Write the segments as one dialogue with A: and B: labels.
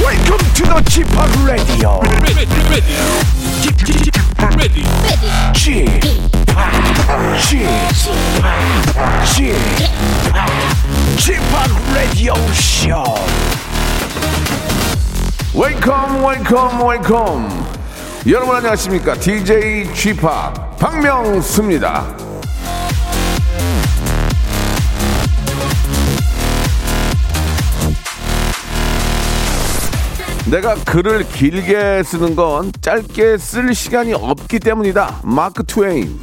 A: Welcome to the Chip Radio.
B: ready, ready, ready, ready.
A: Chip, Chip, Chip, Chip Radio Show.
C: 웨이컴 웨이컴 웨이컴 여러분 안녕하십니까 DJ g p 박명수입니다 내가 글을 길게 쓰는 건 짧게 쓸 시간이 없기 때문이다 마크 트웨인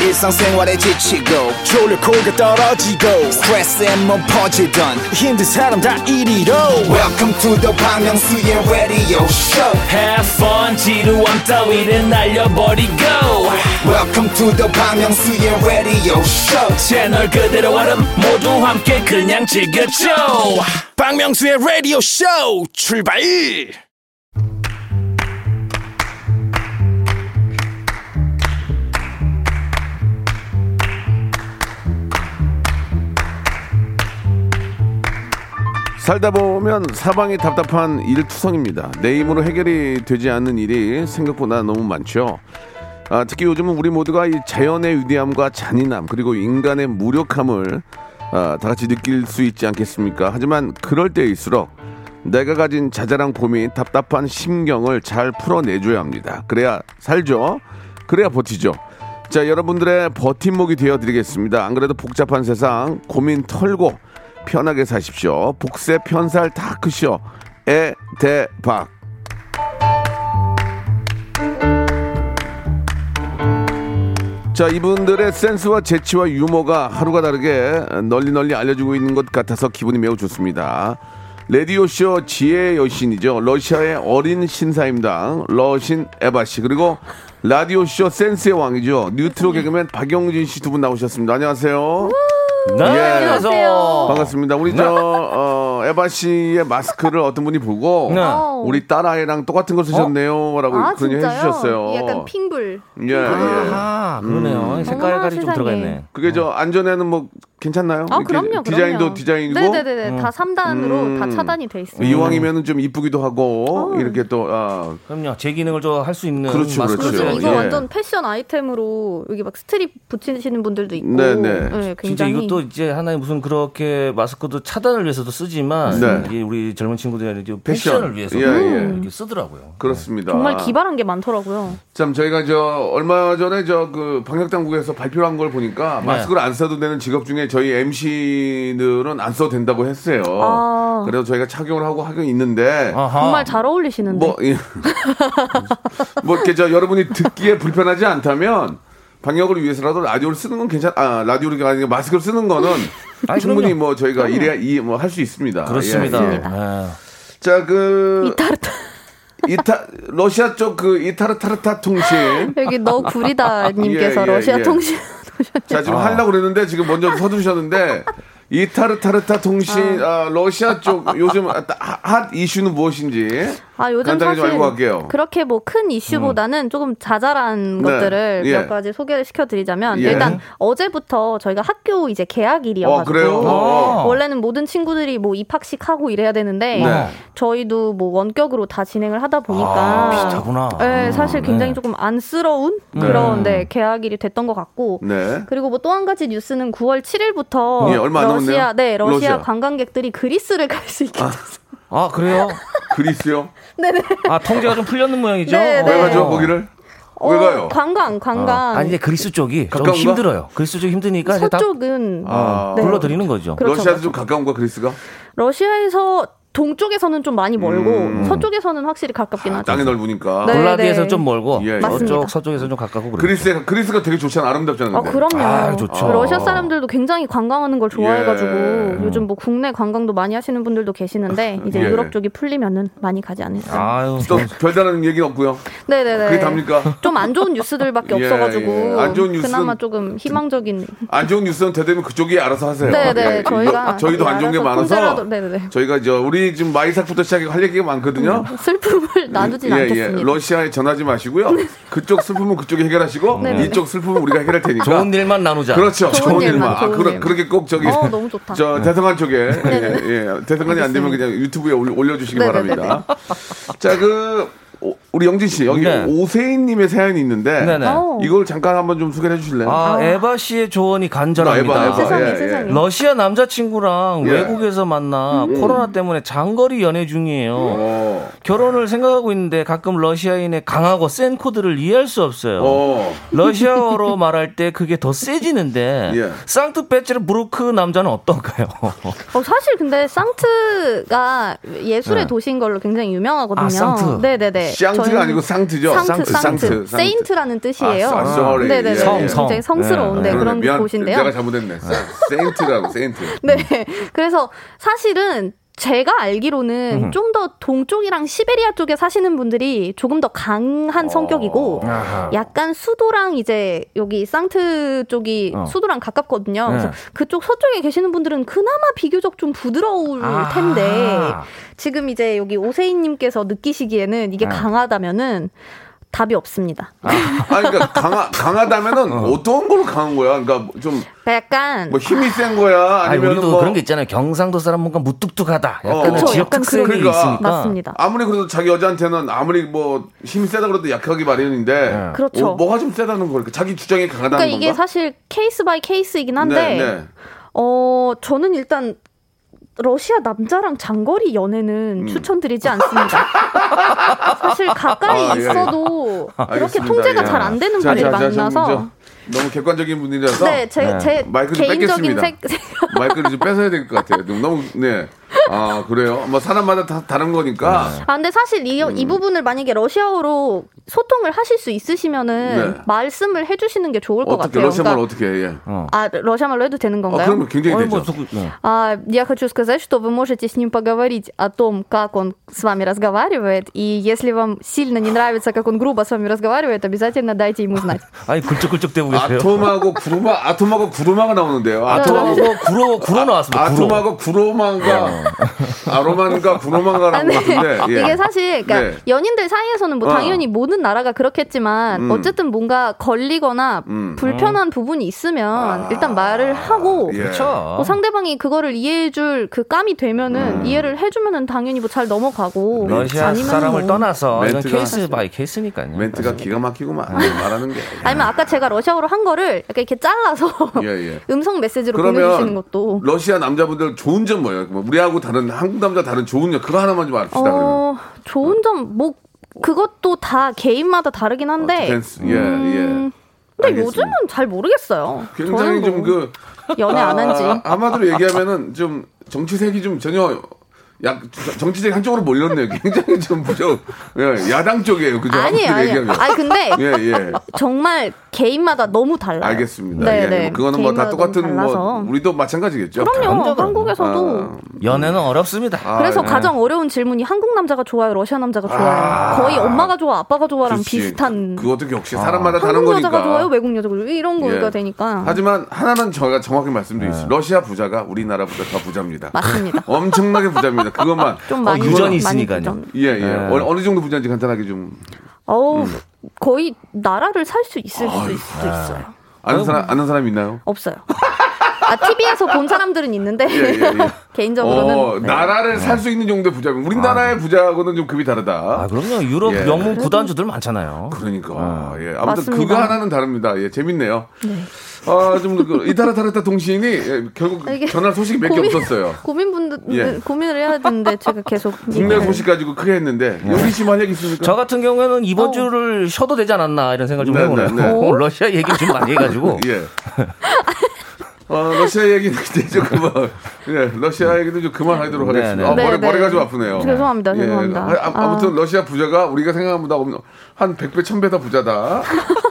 D: 일상생활에 지치고, 졸려 코가 떨어지고, 스트레스에 몸 퍼지던, 힘든 사람 다 이리로. welcome to the Bang Myung-soo's radio show
E: Have fun 지루함 따위를 날려버리고
D: welcome to the Bang Myung-soo's radio show
E: 채널 그대로 얼음 모두 함께 그냥 즐겨줘
D: 박명수의 라디오 쇼 출발!
C: 살다 보면 사방이 답답한 일투성입니다. 내 힘으로 해결이 되지 않는 일이 생각보다 너무 많죠. 아, 특히 요즘은 우리 모두가 이 자연의 위대함과 잔인함 그리고 인간의 무력함을 아, 다 같이 느낄 수 있지 않겠습니까? 하지만 그럴 때일수록 내가 가진 자잘한 고민, 답답한 심경을 잘 풀어내줘야 합니다. 그래야 살죠. 그래야 버티죠. 자, 여러분들의 버팀목이 되어드리겠습니다. 안 그래도 복잡한 세상 고민 털고 편하게 사십시오. 복세 편살 다 크시오. 에, 대, 박. 자, 이분들의 센스와 재치와 유머가 하루가 다르게 널리 널리 알려지고 있는 것 같아서 기분이 매우 좋습니다. 레디오쇼 지혜의 여신이죠. 러시아의 어린 신사임당 러신 에바씨 그리고 라디오쇼 센스의 왕이죠. 뉴트로
F: 네.
C: 개그맨 박영진 씨 두 분 나오셨습니다. 안녕하세요.
E: 네
C: 안녕하세요. 예. 반갑습니다. 우리 저 어, 에바 씨의 마스크를 어떤 분이 보고
E: 네.
F: 어.
C: 아, 우리 딸아이랑 똑같은 걸 쓰셨네요라고
F: 아,
C: 그런 얘기
F: 진짜요?
C: 해주셨어요.
F: 약간 핑불.
C: 예, 예.
E: 아 그러네요 색깔이
F: 어머나,
E: 가지 좀
F: 음. 세상에.
E: 들어가 있네
C: 그게 저 안전에는 뭐 괜찮나요?
F: 아,
C: 이렇게
F: 그럼요,
C: 디자인도
F: 그럼요.
C: 디자인이고
F: 네네네. 다 3단으로
C: 음.
F: 다 차단이 돼 있어요.
C: 이왕이면은 좀 이쁘기도 하고 이렇게 또 아,
E: 그럼요 제 기능을 저 할 수 있는
C: 그렇죠,
E: 마스크를
C: 그렇죠.
F: 요즘
E: 써야지.
F: 이거
C: 예.
F: 완전 패션 아이템으로 여기 막 스트립 붙이시는 분들도 있고.
C: 네네.
F: 네,
E: 진짜
F: 굉장히.
E: 이것도 이제 하나의 무슨 그렇게 마스크도 차단을 위해서도 쓰지만
C: 네.
E: 이게 우리 젊은 친구들이 이제
C: 패션.
E: 패션을 위해서
C: 예, 예.
E: 이렇게 쓰더라고요.
C: 그렇습니다.
F: 정말 기발한 게 많더라고요.
C: 참 저희가 저 얼마 전에 저 그 방역 당국에서 발표한 걸
E: 네.
C: 보니까 마스크를 안 써도 되는 직업 중에 저희 MC들은 안 써도 된다고 했어요.
F: 아.
C: 그래서 저희가 착용을 하고 하긴 있는데
E: 아하.
F: 정말 잘 어울리시는데.
C: 뭐,
E: 네.
C: 예. 뭐 이렇게 저 여러분이 듣기에 불편하지 않다면 방역을 위해서라도 라디오를 쓰는 건 괜찮, 아 라디오가 아니라 마스크를 쓰는 거는
E: 아니,
C: 충분히
E: 그럼요.
C: 뭐 저희가 이래 이뭐 할 수 있습니다.
E: 그렇습니다.
C: 예,
E: 네.
C: 예. 자그
F: 이타르타.
C: 이타 러시아 쪽 그 이타르타르타 통신.
F: 여기 너 구리다님께서
C: 예, 예,
F: 러시아
C: 예.
F: 통신.
C: 자
E: 아.
C: 지금 하려고 그랬는데 지금 먼저 서두르셨는데 이타르타르타 통신 아, 러시아 쪽 요즘 핫- 핫 이슈는 무엇인지
F: 아 요즘
C: 간단히 좀
F: 사실
C: 알고 갈게요. 음.
F: 그렇게 뭐 큰 이슈보다는 조금 자잘한
C: 네,
F: 것들을
C: 예.
F: 몇 가지 소개를 시켜드리자면
C: 예.
F: 일단 어제부터 저희가 학교 이제
C: 어 그래요.
F: 개학일이어가지고
C: 어.
F: 원래는 모든 친구들이 뭐 입학식 하고 이래야 되는데
C: 네.
F: 저희도 뭐 원격으로 다 진행을 하다 보니까
E: 아, 비슷하구나.
C: 음.
F: 네, 사실 굉장히
E: 네.
F: 조금 안쓰러운 그런 네, 개학일이 됐던 것 같고
C: 네.
F: 그리고 뭐 또 한 가지 뉴스는 9월 7일부터
C: 예, 얼마 안 남았네요.
F: 러시아 네 러시아,
C: 러시아.
F: 관광객들이 그리스를 갈 수 있게
E: 아 그래요?
C: 그리스요.
F: 네네
E: 아 통제가 좀 풀렸는 모양이죠. 어.
F: 네, 네.
C: 왜 가죠 거기를? 왜 가요?
F: 어, 관광 관광
E: 아니 이제 그리스 쪽이 좀
C: 가까운가?
E: 힘들어요. 그리스 쪽이 힘드니까 이제 다
F: 서쪽은
C: 아,
F: 네.
E: 불러드리는 거죠.
F: 그렇죠,
C: 러시아도 좀 가까운 거야 그리스가?
F: 러시아에서 동쪽에서는 좀 많이 멀고
C: 음. 아,
F: 서쪽에서는 확실히 가깝긴 하죠.
C: 땅이 넓으니까.
F: 네.
E: 블라디에서 좀 멀고
C: 예, 예.
F: 맞습니다.
E: 저쪽 서쪽에서 좀 가깝고 그래요.
C: 그리스 그리스가 되게 좋잖아 아름답잖아요.
F: 아
C: 근데.
F: 그럼요.
E: 아, 좋죠.
F: 그 러시아 사람들도 굉장히 관광하는 걸 좋아해가지고
C: 예.
F: 요즘 뭐 국내 관광도 많이 하시는 분들도 계시는데 이제
C: 예.
F: 유럽 쪽이 풀리면은 많이 가지 않을까.
E: 아유.
C: 또 별다른 얘기는 없고요.
F: 네네네.
C: 그게 답니까?
F: 좀 안 좋은 뉴스들밖에
C: 예,
F: 없어가지고
C: 예. 안 좋은 뉴스는-
F: 그나마 조금 희망적인.
C: 안 좋은 뉴스는 대대면 그쪽이 알아서 하세요.
F: 네네
C: 예.
F: 저희가
C: 저희도 안 좋은 게
F: 알아서
C: 많아서
F: 통제라도- 네네네
C: 저희가 이제 우리 지금 마이삭부터 시작해 할 얘기가 많거든요.
F: 슬픔을 나누진 음, 않겠습니다.
C: 예,
F: 네.
C: 러시아에 전하지 마시고요. 그쪽 슬픔은 그쪽이 해결하시고
F: 네네.
C: 이쪽 슬픔은 우리가 해결할 테니까.
E: 좋은 일만 나누자.
C: 그러니까 그렇죠.
F: 좋은
C: 좋은
F: 일만,
C: 일만. 아,
F: 좋은
C: 그러,
F: 일만.
C: 그렇게 꼭 저기
F: 어 너무
E: 네.
F: 좋다.
C: 저 대성한 쪽에 예, 예, 대성한이 안 되면 그냥 유튜브에 올- 올려주시기
F: 네,
C: 바랍니다. 자그 우리 영진 씨 여기
E: 네.
C: 오세인님의 사연이 있는데
E: 네네.
F: 어.
C: 이걸 잠깐 한번 좀 소개해 주실래요?
E: 아 에바 씨의 조언이 간절합니다.
C: 나 에바, 에바.
F: 세상에
C: 예, 예.
F: 세상에.
E: 러시아 남자친구랑
C: 예. 음.
E: 외국에서 만나 코로나 때문에 장거리 연애 중이에요.
C: 어,
E: 결혼을 생각하고 있는데 가끔 러시아인의 강하고 센 코드를 이해할 수 없어요.
C: 어,
E: 러시아어로 말할 때 그게 더 세지는데
C: 예.
E: 상트페테르 부르크 남자는 어떨까요?
F: 어, 사실 근데 쌍트가 예술의
E: 네.
F: 도시인 걸로 굉장히 유명하거든요.
E: 아, 쌍트.
F: 네네네.
C: 쌍트. 상트가
F: 저희는
C: 아니고 상트죠.
F: 상트, 상트,
C: 상트, 상트.
F: 세인트라는 뜻이에요.
C: 아, 아, sorry.
F: 네네네.
C: 성, 성.
F: 굉장히 성스러운데
C: 네,
F: 그런
C: 미안.
F: 곳인데요.
C: 내가 잘못했네. 세인트라고 세인트.
F: 네. 그래서 사실은 제가 알기로는 좀 더 동쪽이랑 시베리아 쪽에 사시는 분들이 조금 더 강한 성격이고
E: 아.
F: 약간 수도랑 이제 여기 상트 쪽이
E: 어.
F: 수도랑 가깝거든요. 그래서
E: 네.
F: 그쪽 서쪽에 계시는 분들은 그나마 비교적 좀 부드러울
E: 아.
F: 텐데 지금 이제 여기 오세인님께서 느끼시기에는 이게
E: 네.
F: 강하다면은 답이 없습니다.
C: 아, 그러니까 강하, 강하다면은 어. 떤 걸로 강한 거야? 그러니까 좀 뭐
F: 약간
C: 힘이 센 거야?
E: 아니,
C: 아니면
E: 우리도
C: 뭐
E: 그런 게 있잖아요. 경상도 사람 뭔가 무뚝뚝하다.
C: 어.
E: 약간 은
C: 그쵸,
E: 지역
F: 약간
E: 특성이
F: 그런
C: 게
E: 있으니까.
F: 맞습니다.
C: 아무리 그래도 자기 여자한테는 아무리 뭐 힘이 세다 그래도 약하기 마련인데
E: 예.
F: 그렇죠.
C: 어, 뭐가 좀 세다는 걸까? 자기 주장이 강하다는
F: 그러니까 이게
C: 건가?
F: 사실 케이스 바이 케이스이긴 한데
C: 네, 네.
F: 어, 저는 일단 러시아 남자랑 장거리
C: 음.
F: 연애는 추천드리지 않습니다. 사실 가까이
C: 아, 예.
F: 있어도 그렇게
C: 알겠습니다.
F: 통제가
C: 예.
F: 잘 안 되는
C: 자,
F: 분을
C: 자, 자, 좀
F: 만나서
C: 저- 너무 객관적인 분이라서
F: 네, 제,
E: 네.
F: 제
C: 마이크 좀
F: 개인적인
C: 뺏겠습니다.
F: 생,
C: 마이크를 좀 뺏어야 될 것 같아요. 너무 네. 아 그래요? 뭐 사람마다 다 다른 거니까.
E: 네.
F: 아 근데 사실 이,
C: 음.
F: 이 부분을 만약에 러시아어로 소통을 하실 수 있으시면은
C: 네.
F: 말씀을 해주시는 게 좋을 것
C: 어떻게
F: 같아요.
C: 러시아말
F: 그러니까-
C: 어떻게 해? 예.
F: 아 러시아말로 해도 되는
C: 아,
F: 건가요?
C: 그러면 굉장히
E: 아니,
C: 되죠.
E: 뭐, 그- 네.
F: А, Я хочу сказать, что вы можете с ним поговорить о том, как он с вами разговаривает. И если вам сильно не нравится, как он грубо с вами разговаривает, обязательно дайте ему знать.
E: 아니, 굴쩍굴쩍 대고 계세요.
C: 아톰하고 구루마, 아톰하고 구루마가
F: 네.
C: 나오는데요. 아톰하고
E: 아톰하고 뭐 구로, 구로 나왔습니다. 구로.
C: 아톰하고
E: 네.
C: 구로만과 아로만과 구로만과
F: 아,
C: 나온
F: 네.
C: 것 같은데 예.
F: 이게 사실 그러니까
C: 네.
F: 연인들 사이에서는 뭐
C: 어.
F: 당연히 모든 나라가 그렇겠지만
C: 음.
F: 어쨌든 뭔가 걸리거나
C: 음. 아,
F: 불편한 부분이 있으면 일단 말을 하고
C: 예.
F: 뭐
E: 그렇죠.
F: 상대방이 그거를 이해해줄 그 깜이
C: 음.
F: 되면은 이해를 해주면은 당연히 뭐 잘 넘어가고
E: 러시아
F: 아니면은
E: 사람을
F: 뭐.
E: 떠나서 이건
C: 멘트가-
E: 케이스 바이 케이스니까요.
C: 멘트가 기가 막히고만
F: 네.
C: 말하는 게
F: 아니면 아까 제가 러시아어로 한 거를 약간 이렇게 잘라서
C: 예, 예.
F: 음성 메시지로 보내주시는
C: 그러면
F: 것도
C: 러시아 남자분들 좋은 점 뭐예요? 뭐 우리하고 다른 한국 남자 다른 좋은 점 그거 하나만 좀 알읍시다. 그러면.
F: 어 좋은 점 뭐 그것도 다 개인마다 다르긴 한데
C: 디펜스. 예, 예.
F: 네. 음, 근데
C: 알겠습니다.
F: 요즘은 잘 모르겠어요.
C: 굉장히
F: 저는 뭐
C: 좀 그
F: 연애 안 한지
C: 아마도 얘기하면은 좀 정치색이 좀 전혀 약 정치색 한쪽으로 몰렸네요. 굉장히 좀 무조 예, 야당 쪽이에요. 그죠?
F: 아니에요
C: 아무리
F: 아니에요.
C: 얘기하면.
F: 아니 근데
C: 예, 예.
F: 정말 개인마다 너무 달라요.
C: 알겠습니다.
F: 네,
C: 예,
F: 네.
C: 뭐 그거는 뭐 다
F: 개인마다 너무
C: 똑같은 뭐
F: 달라서.
C: 우리도 마찬가지겠죠.
F: 그럼요
E: 완전
F: 한국에서도
E: 연애는 어렵습니다.
C: 아,
F: 그래서
C: 예.
F: 가장 어려운 질문이 한국 남자가 좋아요 러시아 남자가 좋아요 거의 엄마가 좋아 아빠가 좋아랑
C: 그렇지.
F: 비슷한 아.
C: 그것도 역시 사람마다 다른
F: 한국 여자가
C: 거니까.
F: 좋아요 외국 여자가 좋아요 뭐 이런 거가
C: 예.
F: 되니까
C: 하지만 하나는 저희가 정확히 말씀드리겠습니다.
E: 네.
C: 러시아 부자가 우리나라보다 더 부자입니다.
F: 맞습니다.
C: 엄청나게 부자입니다. 그것만
F: 좀 많이
E: 유전이 네.
F: 많이
E: 있으니까요.
F: 유전.
C: 예, 예. 어느, 어느 정도 부자인지 간단하게 좀
F: 어우
C: 음.
F: 거의 나라를 살 수 있을 수도 있을 수도
C: 네.
F: 있어요.
C: 아는 사람 아는 사람 있나요?
F: 없어요. 아 TV에서 본 사람들은 있는데
C: 예, 예, 예.
F: 개인적으로는 네.
C: 어,
E: 네.
C: 나라를 살 수 있는 정도의 부자면 우리나라의 부자하고는 좀 급이 다르다.
E: 아, 그럼요. 유럽
C: 예.
E: 영문 구단주들 많잖아요.
C: 그러니까 예. 아무튼
F: 맞습니다.
C: 그거 하나는 다릅니다. 예, 재밌네요. 아좀 그, 이타라 타라타 동시인이 예, 결국
F: 아, 이게
C: 전할 소식이 몇 개
F: 고민-
C: 없었어요.
F: 고민분들
C: 예.
F: 고민을 해야 되는데 제가 계속
C: 국내
E: 네.
F: 얘기를-
C: 소식 가지고 크게 했는데 요리 씨만 얘기 있으니까
E: 저 같은 경우에는 이번
F: 어.
E: 주를 쉬어도 되지 않았나 이런 생각을 좀
C: 그러니까. 네,
E: 해보네요.
C: 네, 네.
E: 오늘 러시아 얘기를 좀 많이 해가지고.
C: 예. 어, 러시아 얘기는 이제 좀 그만. 예, 러시아 얘기는 좀 그만하도록
E: 음. 네,
C: 하겠습니다.
E: 네.
C: 아, 머리,
F: 네, 네.
C: 머리가 좀 아프네요.
F: 죄송합니다, 죄송합니다.
C: 아, 아, 아무튼 러시아 부자가 우리가 생각하는 보다 없는- 한 100배, 1000배 다 부자다.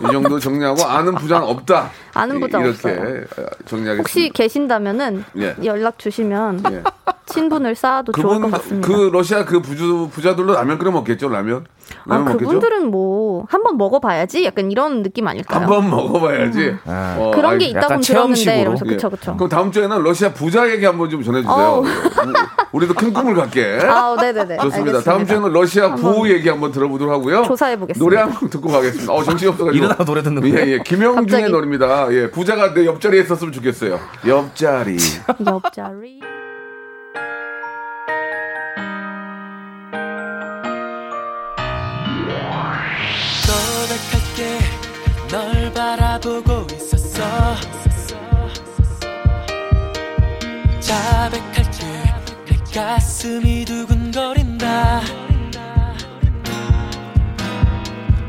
C: 이 정도 정리하고 아는 부자는 없다.
F: 아는 부자
C: 이- 이렇게
F: 없어요.
C: 정리하겠습니다.
F: 혹시 계신다면은
C: 예.
F: 연락 주시면
C: 예.
F: 친분을 쌓아도 좋을 것
C: 그분
F: 같습니다.
C: 그 러시아 그 부주, 부자들로 라면 끓여 먹겠죠 라면
F: 아,
C: 라면 먹겠죠
F: 그분들은 뭐 한번 먹어봐야지 약간 이런 느낌 아닐까요?
C: 한번 먹어봐야지 어,
F: 음. 그런 게
C: 알겠-
F: 있다고
E: 약간
F: 들었는데
E: 체험식으로.
F: 이러면서
C: 예.
F: 그쵸 그쵸.
C: 그럼 다음 주에는 러시아 부자 얘기 한번 좀 전해주세요.
F: 어우.
C: 우리도 큰 꿈을 갖게.
F: 아, 네네네.
C: 좋습니다.
F: 알겠습니다.
C: 다음 주에는 러시아 부호 얘기 한번 들어보도록 하고요.
F: 조사해보겠습니다.
C: 노래 한 곡 듣고 가겠습니다. 어, 정신이 없어가지고.
E: 일어나서 노래 듣는 거예요?
C: 예, 예. 김영중의
F: 갑자기.
C: 노래입니다. 예, 부자가 내 옆자리에 있었으면 좋겠어요. 옆자리.
F: 옆자리.
B: 너백할게 널 바라보고 있었어 자백할게 내 가슴이 두근거린다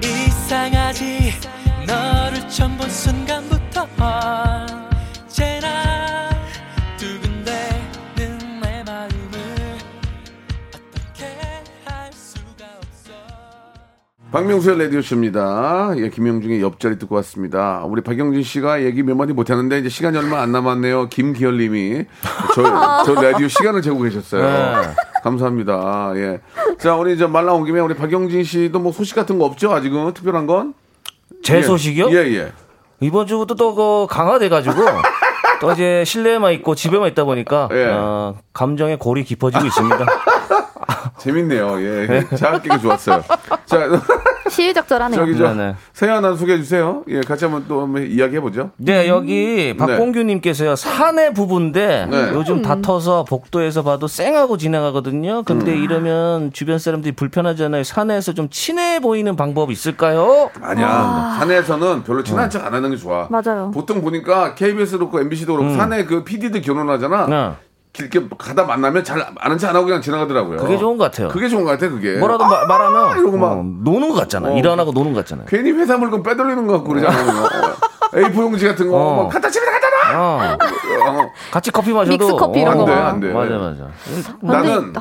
B: 이상하지 너를 처음 본 순간부터 언제나 두근대는 내 마음을 어떻게 할 수가 없어
C: 박명수의 라디오쇼입니다. 예, 김영중의 옆자리 듣고 왔습니다. 우리 박영진 씨가 얘기 몇 마디 못하는데 이제 시간이 얼마 안 남았네요. 김기열 님이 저, 저 라디오 시간을 재고 계셨어요.
E: 네.
C: 감사합니다. 예. 자, 우리 이제 말 나온 김에 우리 박영진 씨도 뭐 소식 같은 거 없죠? 아직은 특별한 건?
E: 제
C: 예.
E: 소식이요?
C: 예, 예.
E: 이번 주부터 또 그 강화돼가지고 또 이제 실내에만 있고 집에만 있다 보니까
C: 예.
E: 어, 감정의 골이 깊어지고 있습니다.
C: 재밌네요. 예. 예. 자학기가 좋았어요. 자,
F: 시의적절하네요.
C: 저기 저
E: 네, 네.
C: 세연 한 소개해 주세요. 예, 같이 한번 또 한번 이야기해 보죠.
E: 네, 여기 박봉규님께서요 사내 부부인데
C: 네.
E: 요즘 다퉈서 복도에서 봐도 쌩하고 지나가거든요. 근데
C: 음.
E: 이러면 주변 사람들이 불편하잖아요. 사내에서 좀 친해 보이는 방법 있을까요?
C: 아니야. 산에서는 별로 친한
E: 어.
C: 척 안 하는 게 좋아.
F: 맞아요.
C: 보통 보니까 KBS도 그렇고 MBC도 그렇고 산에 그 PD들 결혼하잖아.
E: 음. 네.
C: 길게 가다 만나면 잘 아는 척 안 하고 그냥 지나가더라고요.
E: 그게 좋은 것 같아요.
C: 그게 좋은 것 같아, 그게.
E: 뭐라도 마- 말하면
C: 예. 아, 이러고 막.
E: 어, 노는 것 같잖아.
C: 어.
E: 일 안 하고 노는 것 같잖아요.
C: 괜히 회사 물건 빼돌리는 것 같고 그러잖아요. 어. A4 용지 같은 거.
E: 네. 어.
C: 막 갖다 집에 갖다 놔!
E: 어.
C: 어.
E: 같이 커피 마셔도
F: 믹스커피 이런
E: 어,
F: 거
C: 안 돼, 안 돼.
E: 맞아 맞아.
C: 나는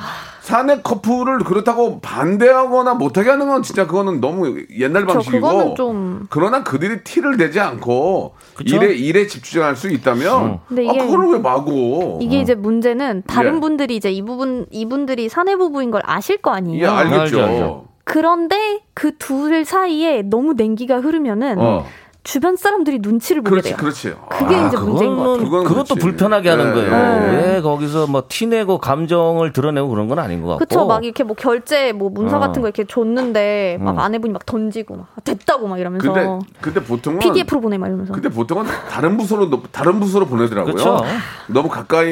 C: 사내 커플을 그렇다고 반대하거나 못하게 하는 건 진짜 그거는 너무 옛날
F: 그쵸,
C: 방식이고
F: 그거는 좀-
C: 그러나 그들이 티를 내지 않고
E: 그쵸? 음.
C: 일에 일에 집중할 수 있다면
F: 근데
C: 아
F: 이게-
C: 그걸 왜 마구
F: 이게 이제 문제는 다른
C: 어. 예.
F: 분들이 이제 이 부분 이분들이 사내 부부인 걸 아실 거
C: 예,
F: 아니에요.
C: 알겠죠
E: 음. 알죠, 알죠.
F: 그런데 그 둘 사이에 너무 냉기가 흐르면은
C: 어.
F: 주변 사람들이 눈치를 보게
C: 그렇지 아,
F: 돼요.
C: 그렇지
F: 그게 이제 문제인 것 같아요.
C: 그건
E: 그것도
C: 그렇지.
E: 불편하게 하는
C: 예,
E: 거예요.
C: 예,
E: 왜 거기서 뭐 티내고 감정을 드러내고 그런 건 아닌 것 같고.
C: 어.
F: 그쵸, 막 이렇게 뭐 결제 뭐 문서
E: 어.
F: 같은 거 이렇게 줬는데 막 아내분이 막 던지고 막 됐다고 막 이러면서
C: 어. 근데 근데 보통은
F: PDF로 보내 막 이러면서
C: 근데 보통은 다른 부서로 너- 다른 부서로 보내더라고요.
E: 그쵸.
C: 너무 가까이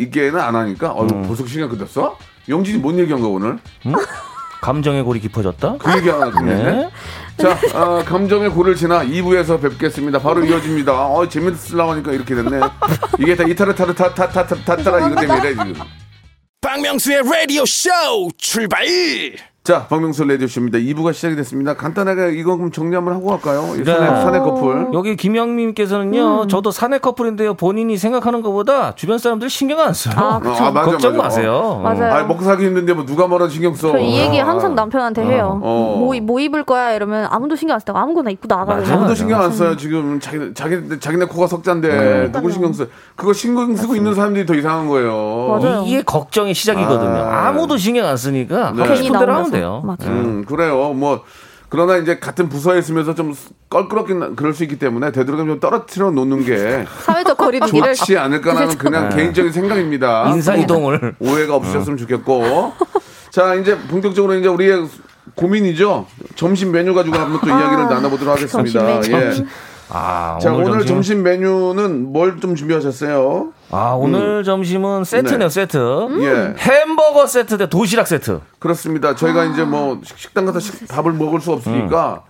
C: 있게는 안 하니까 어
E: 음.
C: 벌써 시간 끝났어? 영진이 뭔 얘기한 거 오늘?
E: 감정의 골이 깊어졌다.
C: 그 얘기 하나 듣네.
E: 네.
C: 자, 어, 감정의 골을 지나 2부에서 뵙겠습니다. 바로 이어집니다. 어, 재밌으려고 하니까 이렇게 됐네. 이게 다 이타르타르타타타타타타라 이거 때문에 이래, 지금.
A: 박명수의 라디오 쇼 출발
C: 자, 박명수 레디오쇼입니다. 2부가 시작이 됐습니다. 간단하게 이거 그럼 정리 한번 하고 갈까요? 이
E: 네.
C: 사내, 사내 커플.
E: 여기
F: 음.
E: 김영민께서는요, 저도 사내 커플인데요, 본인이 생각하는 것보다 주변 사람들 신경 안 써요.
F: 아,
C: 그쵸. 아, 맞아,
E: 걱정
C: 맞아.
E: 마세요.
F: 맞아요.
C: 아, 먹고 살기 힘든데 뭐 누가 뭐라 신경 써.
F: 저 이 얘기 항상 남편한테 해요.
C: 아. 어.
F: 뭐, 입- 뭐 입을 거야 이러면 아무도 신경 안 쓰다고 아무거나 입고 나가고.
E: 맞아.
C: 아무도 신경
F: 음.
C: 안 써요. 지금 자기 자기 자기네 코가 석잔데 누구 신경 써? 그거 신경 쓰고 있는 사람들이 더 이상한 거예요.
F: 맞아요. 아,
E: 이- 이게 걱정의 시작이거든요.
C: 아.
E: 아. 무도 신경 안 쓰니까 하고
F: 괜히
E: 싶은 대로 하면
F: 나오면서.
E: 돼요.
F: 맞아.
C: 음, 그래요. 뭐 그러나 이제 같은 부서에 있으면서 좀 껄끄럽긴 그럴 수 있기 때문에 되도록이면 좀 떨어뜨려 놓는 게
F: 사회적 거리두기를
C: 좋지 않을까라는 그냥 개인적인 생각입니다.
E: 인사
C: 뭐
E: 네. 이동을.
C: 오해가 없으셨으면 좋겠고. 자, 이제 본격적으로 이제 우리의 고민이죠. 점심 메뉴 가지고 한번 또 이야기를 나눠보도록 하겠습니다.
F: 아, 점심 메뉴.
C: 예.
E: 아,
C: 자, 오늘
E: 점심은-
C: 점심, 메뉴는 뭘 좀 준비하셨어요?
E: 아, 오늘 점심은 세트네요, 세트.
C: 예.
E: 햄버거 세트 대 도시락 세트.
C: 그렇습니다. 저희가 이제 뭐 식- 식당 가서 식- 밥을 먹을 수 없으니까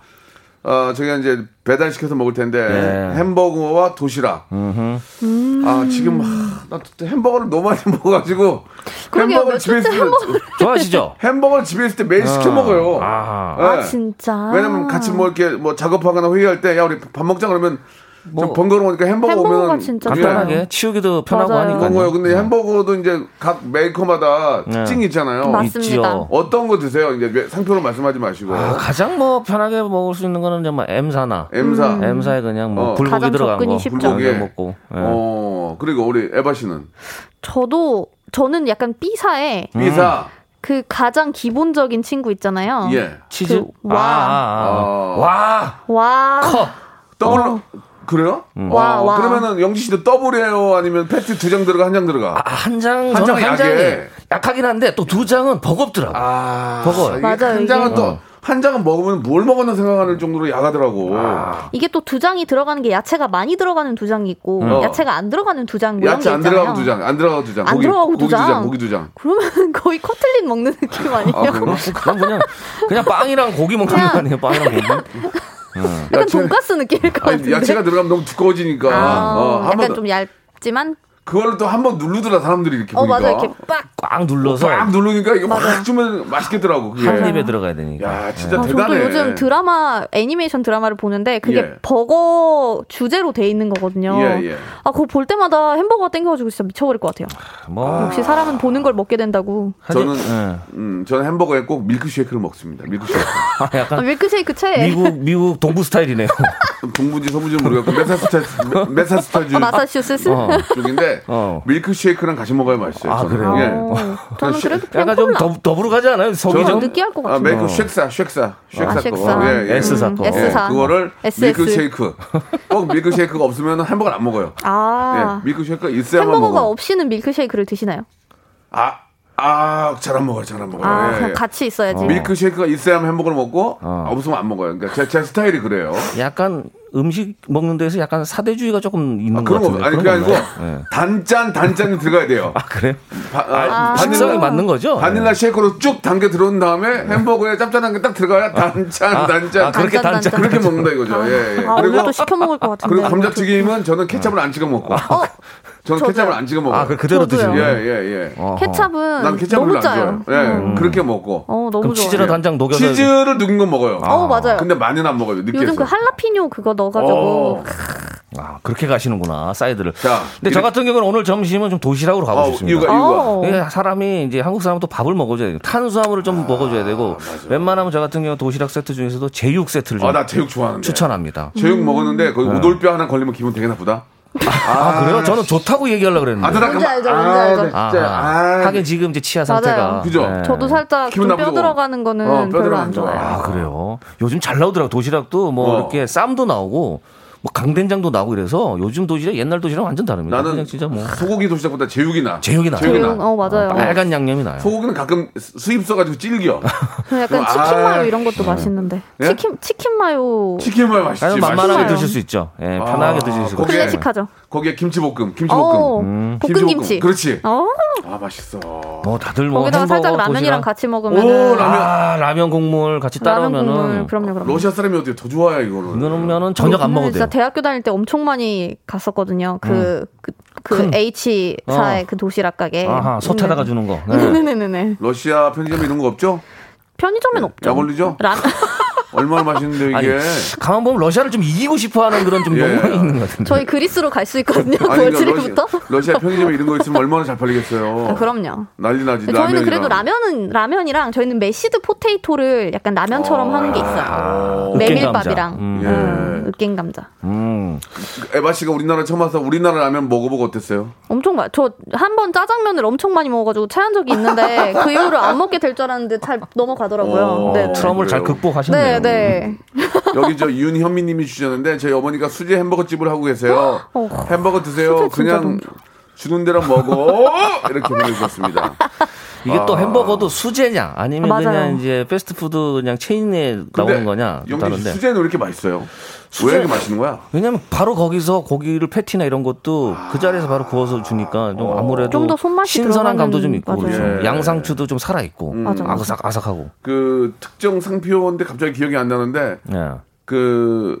C: 어, 저희가 이제 배달시켜서 먹을 텐데
E: 음. 네.
C: 햄버거와 도시락. 아, 지금 하, 나또 햄버거를 너무 많이 먹어가지고
F: 그러게요. 몇
C: 집에 있을 때
E: 좋아하시죠?
C: 햄버거를 집에 있을 때 매일 시켜 먹어요.
E: 아.
C: 예.
F: 아 진짜.
C: 왜냐면 같이 뭐 이렇게 뭐 작업하거나 회의할 때 야 우리 밥 먹자 그러면
E: 뭐
C: 좀 번거로우니까 햄버거
F: 햄버거가
C: 오면
F: 진짜
E: 간단하게
F: 좋아요.
E: 치우기도 편하고
F: 맞아요.
E: 하니까.
C: 예. 그런 거예요. 근데 햄버거도 이제 각 메이커마다
E: 네.
C: 특징이 있잖아요.
F: 음, 맞습니다.
E: 있지요.
C: 어떤 거 드세요? 이제 왜- 상표로 말씀하지 마시고.
E: 아, 가장 뭐 편하게 먹을 수 있는 거는 정말 M사나
C: M사.
F: 음.
E: M사에 그냥 뭐
C: 예. 어.
E: 불고기
F: 가장
E: 들어간 거
F: 접근이 쉽죠.
E: 그냥
C: 불고기에.
E: 먹고. 예.
C: 어, 그리고 우리 에바 씨는
F: 저도 저는 약간 B사에
E: 음.
C: 비사.
F: 그 가장 기본적인 친구 있잖아요.
C: 예.
E: 치즈
F: 그-
E: 와.
F: 와.
C: 어.
E: 와.
F: 와.
E: 커.
C: 더블 그래요?
E: 음.
C: 어,
F: 와, 와.
C: 그러면은 영지 씨도 더블이에요? 아니면 패티 두 장 들어가 한 장 들어가?
E: 아, 한 장,
C: 한
E: 저는
C: 장은
E: 한 장이
C: 약해.
E: 약하긴 한데 또 두 장은 버겁더라고. 요
C: 아,
E: 버거워요. 어.
C: 이게
F: 맞아요,
C: 한
F: 이게.
C: 장은 또 한 장은 먹으면 뭘 먹었나 생각하는 정도로 야가더라고.
E: 아.
F: 이게 또 두 장이 들어가는 게 야채가 많이 들어가는 두 장이 있고
C: 어.
F: 야채가 안 들어가는 두 장. 뭐 이런
C: 야채
F: 게
C: 안
F: 있잖아요.
C: 들어가고 두 장, 안 들어가고 두 장,
F: 안
C: 고기,
F: 들어가고 두
C: 고기 두 장,
F: 장.
C: 고기 두 장.
F: 그러면 거의 커틀린 먹는 느낌 아니에요?
C: 그래요?
E: 난 그냥 그냥 빵이랑 고기 먹는 거 아니에요? 빵이랑 고기.
F: 약간
C: 야채-
F: 돈가스 느낌일 것 같은데.
C: 아니, 야채가 들어가면 너무 두꺼워지니까.
F: 아,
C: 어, 한번
F: 약간 좀 얇지만
C: 그걸 또 한 번 누르더라 사람들이 이렇게
F: 어
C: 보니까.
F: 맞아 요 이렇게 빡
E: 꽉 눌러서
C: 꽉 누르니까 이게 확 주면 맛있겠더라고. 그게.
E: 한 입에 들어가야 되니까.
C: 예. 야, 진짜
F: 아,
C: 대단해.
F: 저도 요즘 드라마 애니메이션 드라마를 보는데 그게
C: 예.
F: 버거 주제로 돼 있는 거거든요.
C: 예, 예.
F: 아 그거 볼 때마다 햄버거가 땡겨가지고 진짜 미쳐버릴 것 같아요.
E: 뭐
F: 역시 사람은 보는 걸 먹게 된다고.
C: 저는
E: 예.
C: 음, 저는 햄버거에 꼭 밀크쉐이크를 먹습니다. 밀크쉐이크.
E: 아,
F: 아,
E: 약간
F: 밀크쉐이크 채.
E: 미국 미국 동부 스타일이네요.
C: 동부인지 서부인지 모르겠고 메사추세츠 메사추세츠
F: 아, 마사슈세스.
E: 어.
C: 쪽인데
E: 어.
C: 밀크쉐이크랑 같이 먹어야 맛있어요.
E: 아,
C: 저는.
E: 그래요?
C: 예.
F: 어, 저는 그래도 그냥
E: 약간
F: 콜라.
E: 좀 더, 더불어 가지 않아요? 속이
C: 저는-
F: 좀
E: 좀
F: 느끼할 것
C: 아,
F: 같아요.
C: 메이크 쉑사, 쉑사, 쉑사
F: 아,
C: 거.
F: 쉑사.
C: 예, 예.
E: S사 거.
F: S
C: 예,
F: 사.
C: 그거를
F: SS.
C: 밀크쉐이크. 꼭 밀크쉐이크가 없으면 햄버거를 안 먹어요.
F: 아.
C: 예, 밀크쉐이크가 있어야만
F: 햄버거가
C: 먹어.
F: 없이는 밀크쉐이크를 드시나요?
C: 아, 아, 잘 안 먹어요, 잘 안 먹어요.
F: 아,
C: 예,
F: 그냥
C: 예.
F: 같이 있어야지.
C: 밀크쉐이크가 있어야만 햄버거를 먹고
E: 어.
C: 없으면 안 먹어요. 그러니까 제, 제 스타일이 그래요.
E: 약간 음식 먹는 데서 약간 사대주의가 조금 있는
C: 아,
E: 것
C: 그런 거
E: 같은데.
C: 아니 그게
E: 그런
C: 아니고
E: 건가요? 예.
C: 단짠 단짠이 들어가야 돼요.
E: 아 그래?
C: 바- 아,
E: 아,
C: 바닐라-
E: 식성이 맞는 거죠?
C: 바닐라 쉐이크로 쭉 당겨 들어온 다음에 햄버거에 짭짤한 게 딱 들어가야 단짠 단짠
E: 아, 그렇게
F: 단짠,
E: 단짠.
F: 단짠.
C: 그렇게 먹는다 이거죠. 예, 예.
F: 아,
C: 그리고
F: 오늘도 시켜 먹을 것 같은데.
C: 그리고 감자튀김은 저는 케찹을 안 찍어 먹고.
F: 아, 네. 어,
C: 저는
F: 저도요.
C: 케찹을 안 찍어 먹어.
E: 아, 그 그대로
F: 저도요.
E: 드시는
C: 예,
E: 거예요?
C: 예, 예.
E: 어허.
F: 케찹은
C: 난 케찹 별로
F: 너무
C: 안 좋아요.
F: 짜요.
C: 예, 그렇게 먹고.
F: 어, 너무
E: 그럼
F: 좋아요.
E: 치즈라도 한 장 녹여서
C: 치즈를 녹인 건 먹어요.
F: 어, 맞아요.
C: 근데 많이는 안 먹어요. 느끼해서.
F: 요즘 그 할라피뇨 그거
C: 어.
F: 넣어가지고
E: 아, 그렇게 가시는구나 사이드를.
C: 자,
E: 근데 저
C: 이렇게-
E: 같은 경우는 오늘 점심은 좀 도시락으로 가고
C: 어,
E: 싶습니다.
C: 이유가 이유가.
F: 어.
E: 예, 사람이 이제 한국 사람은 또 밥을 먹어줘야 돼요. 탄수화물을
C: 아,
E: 좀 먹어줘야 되고 웬만하면 저 같은 경우 도시락 세트 중에서도 제육 세트를 좀
C: 아, 나 제육 좋아하는데.
E: 추천합니다.
C: 제육 먹었는데
F: 음.
C: 거기 우돌뼈 하나 걸리면 기분 되게 나쁘다.
E: 아, 그래요? 저는 좋다고 얘기하려고 그랬는데.
C: 아드락
F: 음. 뭔지 알죠,
C: 아,
F: 뭔지 알죠.
C: 진짜.
E: 아,
C: 아,
E: 하긴 지금 이제 치아 상태가 네.
F: 맞아요.
C: 그죠?
F: 저도 살짝
C: 기분
F: 좀 뼈
C: 나쁘고.
F: 들어가는 거는
C: 어, 뼈
F: 별로
C: 들어가는
F: 안
C: 거.
F: 좋아해요.
E: 아 그래요. 요즘 잘 나오더라고 도시락도 뭐
C: 어.
E: 이렇게 쌈도 나오고 뭐 강된장도 나오고 그래서 요즘 도시락 옛날 도시락 완전 다릅니다.
C: 나는
E: 그냥 진짜 뭐
C: 소고기 도시락보다 제육이 나.
E: 제육이 나요.
C: 제육이
F: 제육,
C: 나. 네.
F: 어 맞아요.
E: 빨간 양념이 나요.
C: 소고기는 가끔 수- 수입 써가지고 질겨.
F: 그 약간
C: 아.
F: 치킨 마요 이런 것도 맛있는데
C: 예?
F: 치킨 치킨 마요
C: 치킨 마요 맛있지.
E: 아니, 만만하게
F: 맛있어요.
E: 드실 수 있죠. 예, 편하게 드실 수 있고.
C: 거기에-
F: 클래식하죠.
C: 거기에 김치볶음,
F: 어
C: 김치볶음.
F: 볶음김치.
C: 그렇지.
F: 어
C: 아 맛있어.
E: 뭐 다들 뭐
F: 거기다가
E: 햄버거,
F: 살짝 라면이랑
E: 도시락.
F: 같이
C: 오
F: 먹으면
C: 라면.
E: 아, 라면 국물 같이
F: 라면
E: 따라오면은
F: 국물 그럼요 그럼.
C: 러시아 사람이 어떻게 더 좋아해 이거는.
E: 그러면은 저녁 안 먹어도
F: 진짜
E: 돼요. 음.
F: 대학교 다닐 때 엄청 많이 갔었거든요. 그, 그, 그 H 사의 그 도시락 가게.
E: 어. 아하,
F: 음.
E: 솥에다가 주는 거. 네.
F: 네네네네.
C: 러시아 편의점에 이런 거 없죠?
F: 편의점엔 없죠.
C: 약 올리죠?
F: 라...
C: 얼마나 맛있는데
E: 아니,
C: 이게.
E: 가만 보면 러시아를 좀 이기고 싶어 하는 그런 좀
C: 예.
E: 욕망이 있는 것 같은데.
F: 저희 그리스로 갈 수
C: 아니,
F: 있거든요.
C: 그러니까
F: 9월 7일부터.
C: 러시아, 러시아 편의점에 이런 거 있으면 얼마나 잘 팔리겠어요.
F: 아, 그럼요.
C: 난리 나지.
F: 근데 저희는
C: 라면이랑.
F: 그래도 라면은 라면이랑 저희는 메시드 포테이토를 약간 라면처럼 하는 게
E: 아.
F: 있어요. 메밀밥이랑
E: 으깬 감자.
F: 음, 으깬 감자.
E: 음.
C: 에바 씨가 우리나라 처음 와서 우리나라 라면 먹어보고 어땠어요?
F: 엄청 많. 저한 번 짜장면을 엄청 많이 먹어가지고 체한 적이 있는데 그 이후로 안 먹게 될 줄 알았는데 잘 넘어가더라고요.
C: 어,
F: 네.
E: 트럼을 잘
C: 그래요.
E: 극복하셨네요.
F: 네, 네.
C: 여기 저 윤현미님이 주셨는데 저희 어머니가 수제 햄버거 집을 하고 계세요.
F: 어.
C: 햄버거 드세요.
F: 수제 진짜
C: 그냥
F: 너무
C: 주는 대로 먹어 이렇게 보내주셨습니다.
E: 이게
C: 아.
E: 또 햄버거도 수제냐 아니면
F: 아, 맞아요.
E: 그냥 이제 패스트푸드 그냥 체인에 나오는 거냐 또
C: 영기
E: 다른데
C: 수제는 왜 이렇게 맛있어요? 왜 이렇게 맛있는 거야?
E: 왜냐면 바로 거기서 고기를 패티나 이런 것도 그 자리에서 바로 구워서 주니까 좀 아무래도
F: 좀더 손맛이
E: 신선한
F: 들어가는-
E: 감도 좀 있고
F: 맞아요.
E: 그렇죠.
C: 어. 예.
E: 양상추도 좀 살아 있고
F: 맞아, 맞아.
E: 아삭 아삭하고
C: 그 특정 상표인데 갑자기 기억이 안 나는데
E: 예.
C: 그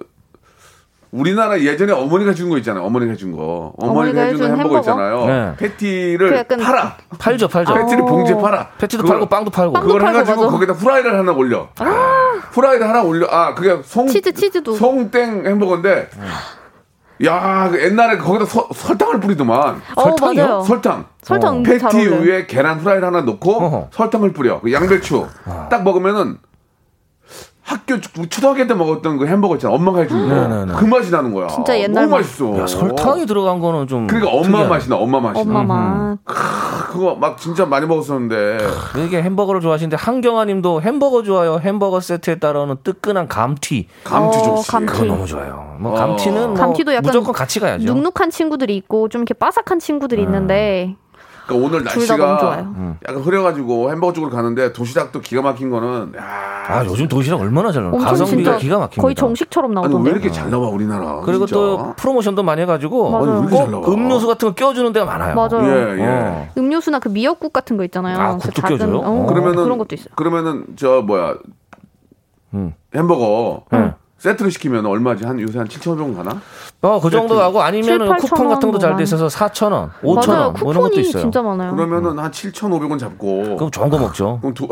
C: 우리나라 예전에 어머니가 준 거 있잖아요. 어머니가 준 거. 어머니가,
F: 어머니가
C: 해주는
F: 해준
C: 햄버거,
F: 햄버거?
C: 있잖아요.
E: 네.
C: 패티를
F: 그 약간-
C: 팔아.
E: 팔죠 팔죠
C: 패티를 봉지에 팔아.
E: 패티도
C: 그걸-
E: 팔고 빵도 팔고
F: 빵도
C: 그걸
F: 팔고,
C: 해가지고
F: 맞아.
C: 거기다 후라이를 하나 올려. 후라이를 하나 올려. 아, 그게 송
F: 치즈, 치즈도.
C: 송땡 햄버거인데. 야, 그 옛날에 거기다 서- 설탕을 뿌리더만.
F: 어, 설탕이요? 맞아요.
C: 설탕.
F: 설탕 은근 잘
C: 패티
F: 어울려요.
C: 위에 계란 후라이를 하나 넣고
E: 어허. 아.
C: 설탕을 뿌려. 그 양배추. 딱 먹으면은 학교 초- 초등학교 때 먹었던 그 햄버거 있잖아. 엄마가 해준 거.
E: 네네네.
C: 그 맛이 나는 거야.
F: 진짜 옛날
C: 너무
F: 맛.
C: 맛있어.
E: 야, 설탕이 들어간 거는 좀
C: 그러니까 엄마
E: 특이하네.
C: 맛이 나. 엄마
E: 음.
C: 맛이
F: 엄마
C: 나.
F: 맛.
C: 그거 막 진짜 많이 먹었었는데.
E: 이게 햄버거를 좋아하시는데 한경아님도 햄버거 좋아요 햄버거 세트에 따르는 뜨끈한 감튀
C: 감튀
F: 어,
C: 좋지.
F: 감튀.
E: 그거 너무 좋아요 뭐
C: 어.
E: 감튀는 뭐
F: 감튀도 약간
E: 무조건 같이 가야죠
F: 눅눅한 친구들이 있고 좀 이렇게 바삭한
E: 네.
F: 친구들이 있는데
C: 그러니까 오늘
F: 둘다 너무
C: 날씨가
F: 좋아요.
E: 음.
C: 약간 흐려가지고 햄버거 쪽으로 가는데 도시락도 기가 막힌 거는 야,
E: 아 요즘 도시락 얼마나 잘 나와
F: 엄청
E: 가성비가
F: 진짜
E: 기가 막힙니다.
F: 거의 정식처럼
C: 아니 왜
F: 나오던데.
C: 이렇게 잘 나와 우리나라
E: 음. 그리고
C: 진짜.
E: 또 프로모션도 많이 해가지고
F: 맞아요. 아니, 왜
C: 이렇게 잘 나와?
E: 꼭 음료수 같은 거 끼워주는 데가 많아요.
F: 맞아요.
C: 예, 예.
E: 어.
F: 음료수나 그 미역국 같은 거 있잖아요.
E: 아,
F: 그
E: 국도 껴줘요? 어.
F: 그런 것도 있어요.
C: 그러면은 저 뭐야
E: 음.
C: 햄버거
E: 네.
C: 세트로 시키면 얼마지? 한 요새 한 7,500원 가나?
E: 어, 그 정도
C: 세트.
E: 하고 아니면
F: 7, 8천
E: 쿠폰 같은 것도 잘 돼 있어서 4,000원, 5,000원
F: 맞아요.
E: 뭐 이런 것도
F: 쿠폰이
E: 있어요.
F: 진짜 많아요.
C: 그러면은 한 7,500원 잡고
E: 그럼 좋은 거 먹죠.
C: 그럼 두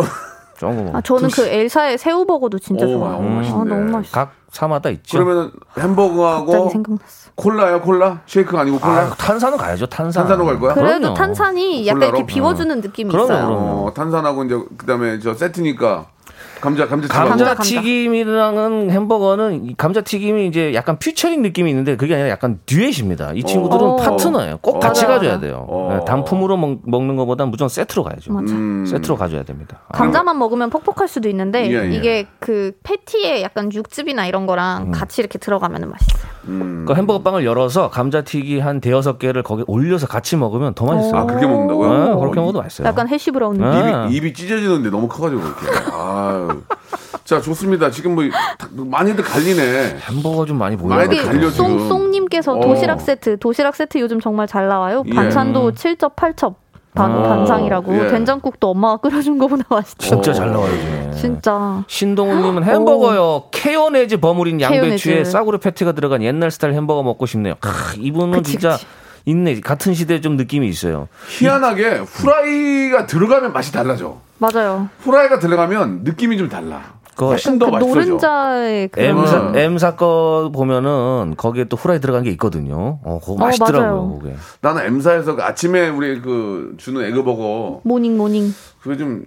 E: 좋은 거 먹.
F: 아, 저는 그 엘사의 새우버거도 진짜
C: 오,
F: 좋아해요.
C: 아, 맛있네.
F: 아, 너무 맛있어.
E: 각 사마다 있죠.
C: 그러면은 햄버거하고
F: 갑자기 생각났어.
C: 콜라요 콜라? 쉐이크가 아니고 콜라?
E: 아, 탄산은 가야죠. 탄산.
C: 탄산으로 갈 거야?
F: 그래도
E: 그럼요.
F: 탄산이 약간
C: 콜라로? 음.
F: 이렇게 비워주는 느낌이
E: 그럼요,
F: 있어요.
E: 그럼요.
C: 어, 탄산하고 이제 그다음에 저 세트니까 감자 감자튀김
F: 감자.
E: 감자튀김이랑은 햄버거는 이 감자튀김이 이제 약간 퓨처링 느낌이 있는데 그게 아니라 약간 듀엣입니다. 이 친구들은
F: 어.
E: 파트너예요. 꼭 같이
F: 맞아요,
E: 가줘야
F: 맞아요.
E: 돼요.
C: 어.
E: 네, 단품으로 먹, 먹는 것보다 무조건 세트로 가야죠.
F: 맞아.
C: 음.
E: 세트로 가줘야 됩니다. 아,
F: 감자만 먹으면 퍽퍽할 수도 있는데
C: 예, 예.
F: 이게 그 패티에 약간 육즙이나 이런 거랑
E: 음.
F: 같이 이렇게 들어가면 맛있어요.
C: 음.
E: 그 햄버거 빵을 열어서 감자튀기 한 대여섯 개를 거기 올려서 같이 먹으면 더 맛있어요.
C: 아 그렇게 먹는다고요?
E: 네,
C: 어,
E: 그렇게
C: 이-
E: 먹어도 맛있어요.
F: 약간 해시 브라운
E: 네.
F: 느낌.
E: 아.
C: 입이, 입이 찢어지는데 너무 커가지고 이렇게. 아유. 자 좋습니다. 지금 뭐 다- 많이들 갈리네.
E: 햄버거 좀 많이 보여요.
C: 많이
F: 여기
C: 갈려, 지금.
F: 쏭쏭님께서
C: 어.
F: 도시락 세트, 도시락 세트 요즘 정말 잘 나와요.
C: 예.
E: 음.
F: 반찬도 7첩 8첩 반,
E: 어.
F: 반상이라고
C: 예.
F: 된장국도 엄마가 끓여준 거보다 맛있죠.
C: 어.
E: 진짜 잘 나와요. 이게.
F: 진짜.
E: 신동훈님은 햄버거요. 케어네즈 버무린 양배추에
F: 케어네즈.
E: 싸구려 패티가 들어간 옛날 스타일 햄버거 먹고 싶네요. 크, 이분은
F: 그치,
E: 진짜
F: 그치. 음.
E: 있네. 같은 시대에 좀 느낌이 있어요.
C: 희한하게 후라이가 들어가면 맛이 달라져.
F: 맞아요.
C: 후라이가 들어가면 느낌이 좀 달라.
E: 그거
C: 훨씬 더
F: 그
C: 맛있어져.
F: 노른자의 그
E: M 사,
C: 음.
E: M 사건 보면은 거기에 또 후라이 들어간 게 있거든요. 어, 그거
F: 어,
E: 맛있더라고요.
F: 맞아요.
E: 그게.
C: 나는 M사에서 그 아침에 우리 그 주는 에그버거
F: 모닝 모닝
C: 그게 좀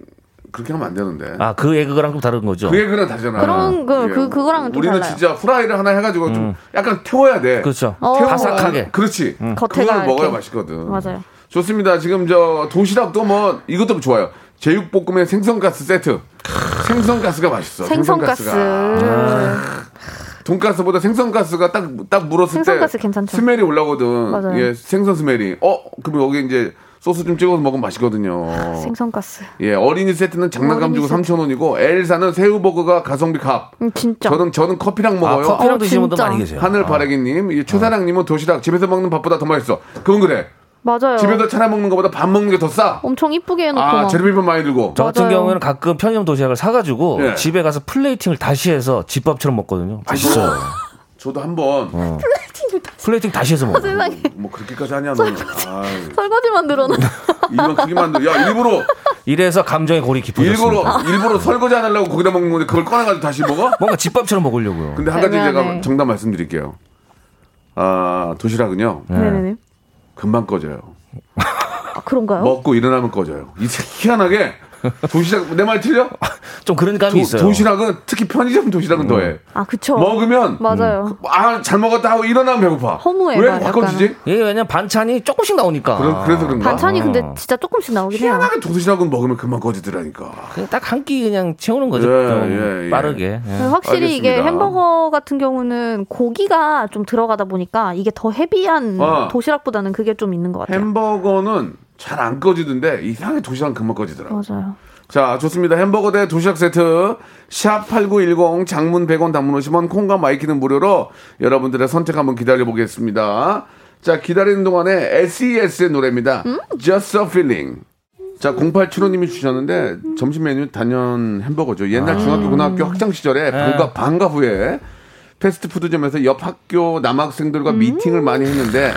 C: 그렇게 하면 안 되는데.
E: 아, 그 에그거랑 좀 다른 거죠.
C: 그게 그런 다르잖아.
F: 그런 거, 그- 그거랑은 좀
C: 우리는
F: 달라요.
C: 진짜 후라이를 하나 해가지고 좀 약간 태워야 돼.
E: 음. 그렇죠.
F: 어.
C: 태워-
E: 바삭하게. 음.
C: 그렇지.
F: 겉에가
C: 그걸 먹어야
F: 이렇게.
C: 맛있거든.
F: 맞아요.
C: 좋습니다. 지금 저 도시락도 뭐 이것도 좋아요. 제육볶음에 생선가스 세트. 생선가스가 맛있어.
F: 생선가스.
C: 아. 돈가스보다 생선가스가 딱 딱 물었을
F: 생선가스
C: 때
F: 괜찮죠.
C: 스멜이 올라오거든.
F: 맞아요.
C: 예, 생선 스멜이. 어, 그럼 여기 이제 소스 좀 찍어서 먹으면 맛있거든요.
F: 어. 생선가스.
C: 예, 어린이 세트는 장난감 주고
F: 어린이 세트.
C: 3,000원이고 엘사는 새우버거가 가성비 값.
F: 음, 진짜.
C: 저는 저는 커피랑
E: 아,
C: 먹어요.
E: 커피랑
F: 어,
E: 드시는 분도
F: 진짜.
E: 많이 계세요. 아.
C: 하늘 바라기님, 이 최사랑님은 도시락 집에서 먹는 밥보다 더 맛있어. 그건 그래.
E: 어.
F: 맞아요.
C: 집에서 차려 먹는 것보다 밥 먹는 게 더 싸.
F: 엄청 이쁘게 해놓고
C: 아,
F: 막.
C: 재료비만 많이 들고.
E: 저 같은
F: 맞아요.
E: 경우에는 가끔 편의점 도시락을 사가지고
C: 예.
E: 집에 가서 플레이팅을 다시 해서 집밥처럼 먹거든요.
C: 맛있어요. 아, 저도 한번
E: 어. 플레이팅 다시 해서 먹어요.
F: 세상에
C: 뭐 그렇게까지 하냐 너는. 아,
F: 설거지만 늘어나.
C: 네. 이만 크게 만들. 야 일부러
E: 이래서 감정의 골이 깊어졌습니다.
C: 일부러 일부러 설거지 안 하려고 거기다 먹는 건데 그걸 꺼내가지고 다시 먹어?
E: 뭔가 집밥처럼 먹으려고요.
C: 근데 한 가지 제가
F: 애매하네.
C: 정답 말씀드릴게요. 아 도시락은요
F: 네네네.
C: 금방 꺼져요.
F: 아, 그런가요?
C: 먹고 일어나면 꺼져요. 이 새- 희한하게 도시락 내 말 틀려?
E: 좀 그런 감이 있어요. 음.
C: 도, 시락은 특히 편의점 도시락은 더해.
F: 아 그쵸.
C: 먹으면
F: 맞아요.
C: 아 잘 먹었다 하고 일어나면 배고파.
F: 허무해요,
C: 왜 바꿔지지?
E: 예, 왜냐면 반찬이 조금씩 나오니까. 아,
C: 그래, 그래서 그런가?
F: 반찬이 근데 진짜 조금씩 나오긴 해요.
C: 희한하게 도시락은 먹으면 금방 꺼지더라니까.
E: 딱 한 끼 그냥 채우는 거죠.
C: 예,
E: 좀
C: 예, 예.
E: 빠르게. 예.
F: 네, 확실히 이게
C: 알겠습니다.
F: 햄버거 같은 경우는 고기가 좀 들어가다 보니까 이게 더 헤비한
C: 어.
F: 도시락보다는 그게 좀 있는 것
E: 네.
F: 같아요.
C: 햄버거는 잘 안 꺼지던데 이상하게 도시락은 금방 꺼지더라고.
F: 맞아요.
C: 자, 좋습니다. 햄버거 대 도시락 세트 샵8910 장문 100원 단문 50원 콩과 마이키는 무료로 여러분들의 선택 한번 기다려 보겠습니다. 자, 기다리는 동안에 E SES의 노래입니다.
F: 음.
C: Just a feeling. 자, 0875님이 주셨는데 점심 메뉴 단연 햄버거죠.
E: 아.
C: 옛날 중학교 고등학교 학창
E: 네.
C: 시절에 방과 방과 후에 패스트푸드점에서 옆 학교 남학생들과
E: 음.
C: 미팅을 많이 했는데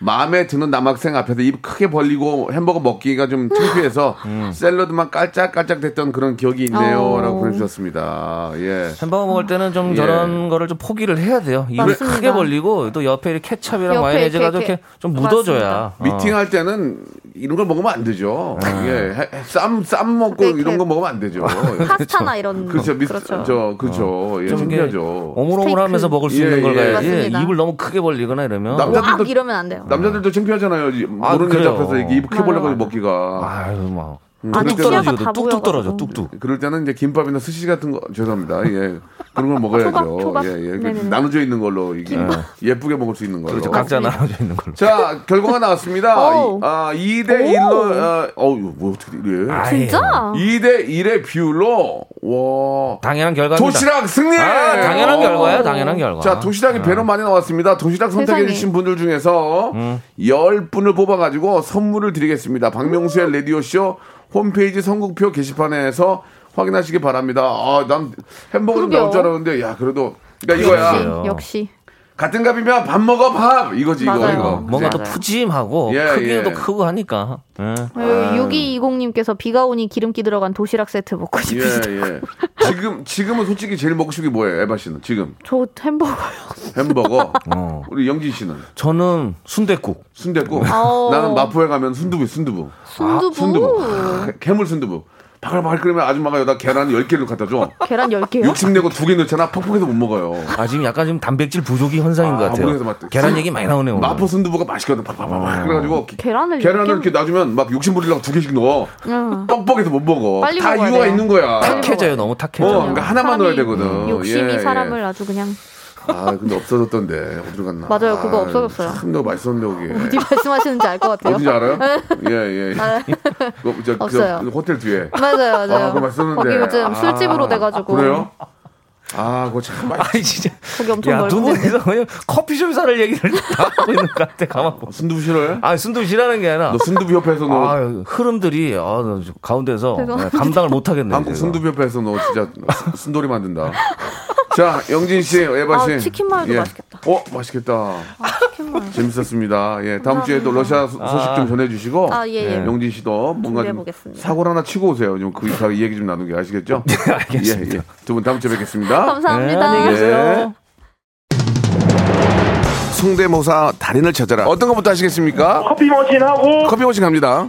C: 마음에 드는 남학생 앞에서 입 크게 벌리고 햄버거 먹기가 좀 창피해서
E: 음.
C: 샐러드만 깔짝깔짝 됐던 그런 기억이 있네요.
F: 어.
C: 라고 보내주셨습니다. 예.
E: 햄버거 먹을 때는 좀
C: 예.
E: 저런 거를 좀 포기를 해야 돼요. 입을
F: 맞습니다.
E: 크게 벌리고 또 옆에 이렇게 케첩이랑
F: 옆에
E: 마요네즈가 좀
F: 이렇게,
E: 이렇게 좀 묻어줘야. 네.
C: 미팅할 때는 이런 걸 먹으면 안 되죠. 예. 해- 쌈, 쌈 먹고
F: 그러니까
C: 이런 거 먹으면 안 되죠.
F: 파스타나 이런 거.
C: 그렇죠. 미스,
F: 그렇죠.
C: 저, 그렇죠. 예,
E: 어. 좀 이게
C: 신기하죠.
E: 오물오물하면서
F: 스테이크.
E: 먹을 수 있는
C: 예,
E: 걸
C: 예.
E: 가야지.
F: 맞습니다.
E: 입을 너무 크게 벌리거나 이러면
C: 남자-
F: 막 이러면 안 돼요.
C: 남자들도 창피하잖아요. 이-
E: 아,
C: 모르는
E: 그래요.
C: 여자 앞에서 이렇게 입 크게
F: 맞아요,
C: 벌려가지고
F: 맞아요.
C: 먹기가.
E: 뭐 아유 막
F: 아니,
C: 그럴 때는-
E: 뚝뚝
F: 키가
E: 떨어지거든.
F: 그렇죠. 다
E: 뚝뚝 떨어져.
F: 보여가지고.
E: 뚝뚝.
C: 그럴 때는 이제 김밥이나 스시 같은 거 죄송합니다. 예. 그런 걸 먹어야죠.
F: 초밥, 초밥.
C: 예, 예.
F: 네네네.
C: 나눠져 있는 걸로 이게 예쁘게 먹을 수 있는 걸로.
E: 그렇죠. 각자 나눠져 있는 걸로.
C: 자, 결과가 나왔습니다.
F: 오. 아.
C: 아, 2대 1로 아, 어우, 뭐 어떻게 이래?
F: 진짜?
C: 2대 1의 비율로 와.
E: 당연한 결과입니다.
C: 도시락 승리!
E: 아, 당연한
C: 오.
E: 결과야. 당연한 결과. 아.
C: 자, 도시락이 배로 많이 나왔습니다. 도시락 선택해주신
F: 세상에.
C: 분들 중에서
E: 음.
C: 열 10분을 뽑아가지고 선물을 드리겠습니다. 박명수의 라디오쇼 홈페이지 선곡표 게시판에서 확인하시기 바랍니다. 아, 난 햄버거 좀
F: 그러게요.
C: 나올 줄 알았는데, 야, 그래도 그러니까 이거야.
F: 아, 역시, 역시.
C: 같은 값이면 밥 먹어 밥 이거지 네. 이거
F: 맞아요.
C: 이거.
E: 어, 뭔가 더
F: 맞아요.
E: 푸짐하고
C: 예,
E: 크기도
C: 예.
E: 크고 하니까. 예.
F: 아. 6220님께서 비가 오니 기름기 들어간 도시락 세트 먹고
C: 예,
F: 싶으시다.
C: 예. 지금 지금은 솔직히 제일 먹고 싶은 게 뭐예요, 에바 씨는? 지금
F: 저 햄버거요.
C: 햄버거.
E: 어.
C: 우리 영진 씨는
E: 저는 순대국.
C: 순대국.
F: 어.
C: 나는 마포에 가면 순두부, 순두부.
F: 순두부.
C: 순두부. 괴물 순두부. 바글바글 끓이면 아줌마가 여기다 계란 10개를 갖다 줘.
F: 계란 10개요?
C: 육십 내고 두 개 넣잖아. 퍽퍽해서 못 먹어요.
E: 아 지금 약간 지금 단백질 부족이 현상인 것
C: 아,
E: 같아요.
C: 모르겠어, 맞다.
E: 계란 얘기 많이 나오네요. 오늘.
C: 마포 순두부가 맛있거든. 팍팍팍팍. 그래가지고 기-
F: 어. 계란을
C: 계란을
F: 이렇게-
C: 이렇게 놔주면 막 욕심 부리려고 두 개씩 넣어.
F: 응.
C: 뻑뻑해서 못 먹어.
F: 빨리
C: 다
F: 먹어야
C: 이유가
F: 돼요.
C: 있는 거야.
F: 빨리
E: 탁해져요. 너무 탁해져.
C: 어, 그러니까 하나만
F: 사람이
C: 넣어야 되거든.
F: 욕심이
C: 예, 예.
F: 사람을 아주 그냥
C: 아, 근데 없어졌던데. 어디로 갔나?
F: 맞아요. 그거
C: 아,
F: 없어졌어요.
C: 참, 너 맛있었는데, 거기.
F: 어디 말씀하시는지 알 것 같아요.
C: 어딘지 알아요? 예, 예. 그거 저, 그
F: 없어요.
C: 호텔 뒤에.
F: 맞아요, 맞아요.
C: 아, 그거 맛있었는데.
F: 거기 요즘
C: 아,
F: 술집으로 돼가지고
C: 그래요? 아, 그거 참 맛있...
E: 아니 진짜.
F: 거기 엄청
E: 야, 두
F: 멀고.
E: 분이서 그냥 커피숍 사를 얘기를 다 하고 있는 것 같아. 가만 보면.
C: 순두부 싫어요?
E: 아, 순두시라는 게 아니라.
C: 너 순두부 협회에서 너
E: 아, 흐름들이 아, 나좀 가운데서
F: 죄송합니다.
E: 감당을 못 하겠네.
C: 한국 순두부 협회에서 너 진짜 순돌이 만든다. 자, 영진 씨, 에바
F: 아,
C: 씨.
F: 치킨 마요도 맛있겠다.
C: 어, 맛있겠다. 재밌었습니다. 예, 다음 주에 또 러시아 소- 소식 좀 전해주시고. 네,
F: 아, 예, 예.
C: 영진 씨도 뭔가 좀
F: 준비해보겠습니다.
C: 사고를 하나 치고 오세요. 좀 그, 다 얘기 좀 나누게 아시겠죠? 알겠습니다. 예, 예. 두분 다음 주에 뵙겠습니다.
F: 감사합니다.
C: 계세요. 성대모사 달인을 찾아라. 어떤 것부터 하시겠습니까?
G: 커피 머신하고
C: 커피 머신 갑니다.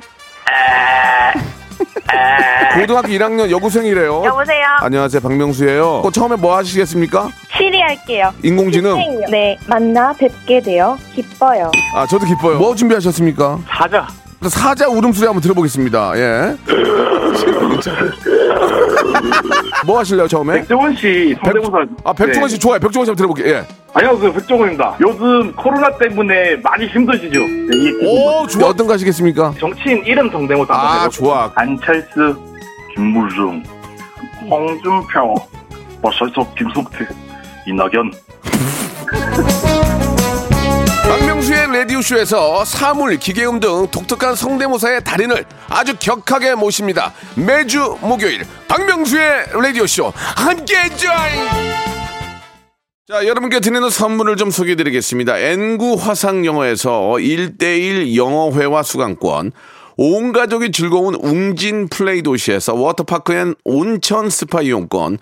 C: 고등학교 1학년 여고생이래요.
H: 여보세요.
C: 안녕하세요, 박명수예요. 어, 처음에 뭐 하시겠습니까?
H: 시리 할게요.
C: 인공지능.
H: 선생님. 네, 만나 뵙게 되어 기뻐요.
C: 아, 저도 기뻐요. 뭐 준비하셨습니까?
G: 사자.
C: 사자 울음소리 한번 들어보겠습니다. 예. 뭐 하실래요, 처음에?
G: 백종원 씨 성대모사.
C: 아, 백종원
G: 네.
C: 씨 좋아요. 백종원 씨 한번 들어볼게요. 예.
G: 안녕하세요, 백종원입니다. 요즘 코로나 때문에 많이 힘드시죠? 네, 이
C: 오, 좋아. 어떤 거 하시겠습니까?
G: 정치인 이름 성대모사. 한번
C: 아,
G: 해볼게요.
C: 좋아.
G: 안철수, 김무중, 홍준표, 뭐 버설석, 김성태, 이낙연.
C: 박명수의 라디오쇼에서 사물, 기계음 등 독특한 성대모사의 달인을 아주 격하게 모십니다. 매주 목요일 박명수의 라디오쇼 함께해 join! 자, 여러분께 드리는 선물을 좀 소개해 드리겠습니다. N구 화상영어에서 1대1 영어회화 수강권, 온 가족이 즐거운 웅진 플레이 도시에서 워터파크 앤 온천 스파 이용권,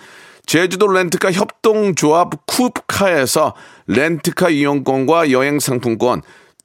C: 제주도 렌트카 협동조합 쿱카에서 렌트카 이용권과 여행 상품권,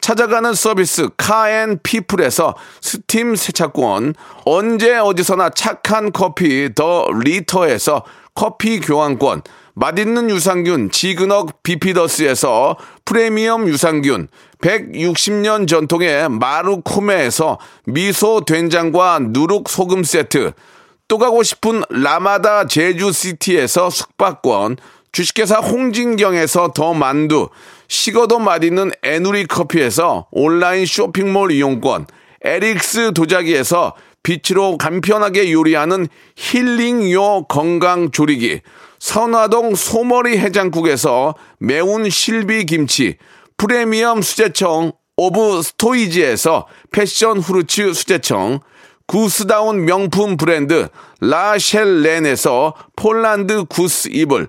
C: 찾아가는 서비스 카앤피플에서 스팀 세차권, 언제 어디서나 착한 커피 더 리터에서 커피 교환권, 맛있는 유산균 지그넉 비피더스에서 프리미엄 유산균, 160년 전통의 마루코메에서 미소 된장과 누룩 소금 세트, 또 가고 싶은 라마다 제주시티에서 숙박권, 주식회사 홍진경에서 더 만두, 식어도 맛있는 에누리 커피에서 온라인 쇼핑몰 이용권, 에릭스 도자기에서 빛으로 간편하게 요리하는 힐링요 건강조리기, 선화동 소머리 해장국에서 매운 실비김치, 프리미엄 수제청 오브 스토이지에서 패션 후르츠 수제청, 구스다운 명품 브랜드 라셸렌에서 폴란드 구스 이불,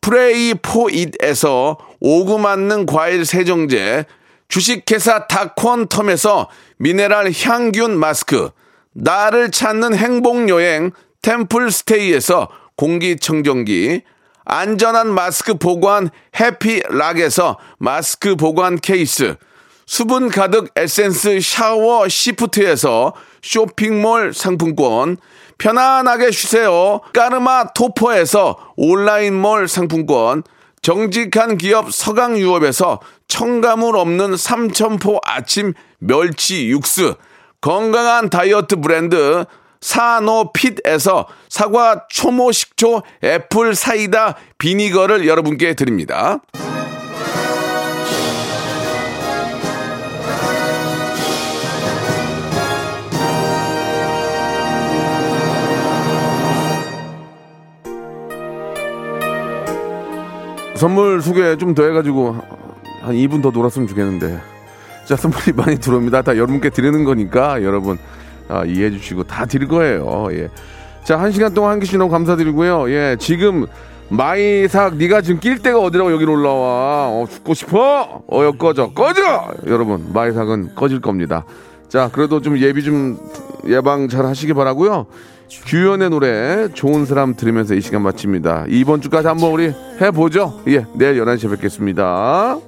C: 프레이 포잇에서 오구 맞는 과일 세정제, 주식회사 다콘텀에서 미네랄 향균 마스크, 나를 찾는 행복 여행 템플 스테이에서 공기청정기, 안전한 마스크 보관 해피락에서 마스크 보관 케이스, 수분 가득 에센스 샤워 시프트에서 쇼핑몰 상품권, 편안하게 쉬세요. 까르마 토퍼에서 온라인몰 상품권, 정직한 기업 서강유업에서 청가물 없는 삼천포 아침 멸치 육수, 건강한 다이어트 브랜드 사노핏에서 사과 초모 식초 애플 사이다 비니거를 여러분께 드립니다. 선물 소개 좀 더 해가지고 한 2분 더 놀았으면 좋겠는데 자 선물이 많이 들어옵니다 다 여러분께 드리는 거니까 여러분 아, 이해해 주시고 다 드릴 거예요 예. 자한 시간 동안 함께 주신 너무 감사드리고요 예 지금 마이삭 네가 지금 낄 데가 어디라고 여기로 올라와 어, 죽고 싶어 어여 꺼져 꺼져 여러분 마이삭은 꺼질 겁니다 자 그래도 좀 예비 좀 예방 잘 하시기 바라고요 규현의 노래 좋은 사람 들으면서 이 시간 마칩니다. 이번 주까지 한번 우리 해보죠. 예, 내일 11시에 뵙겠습니다.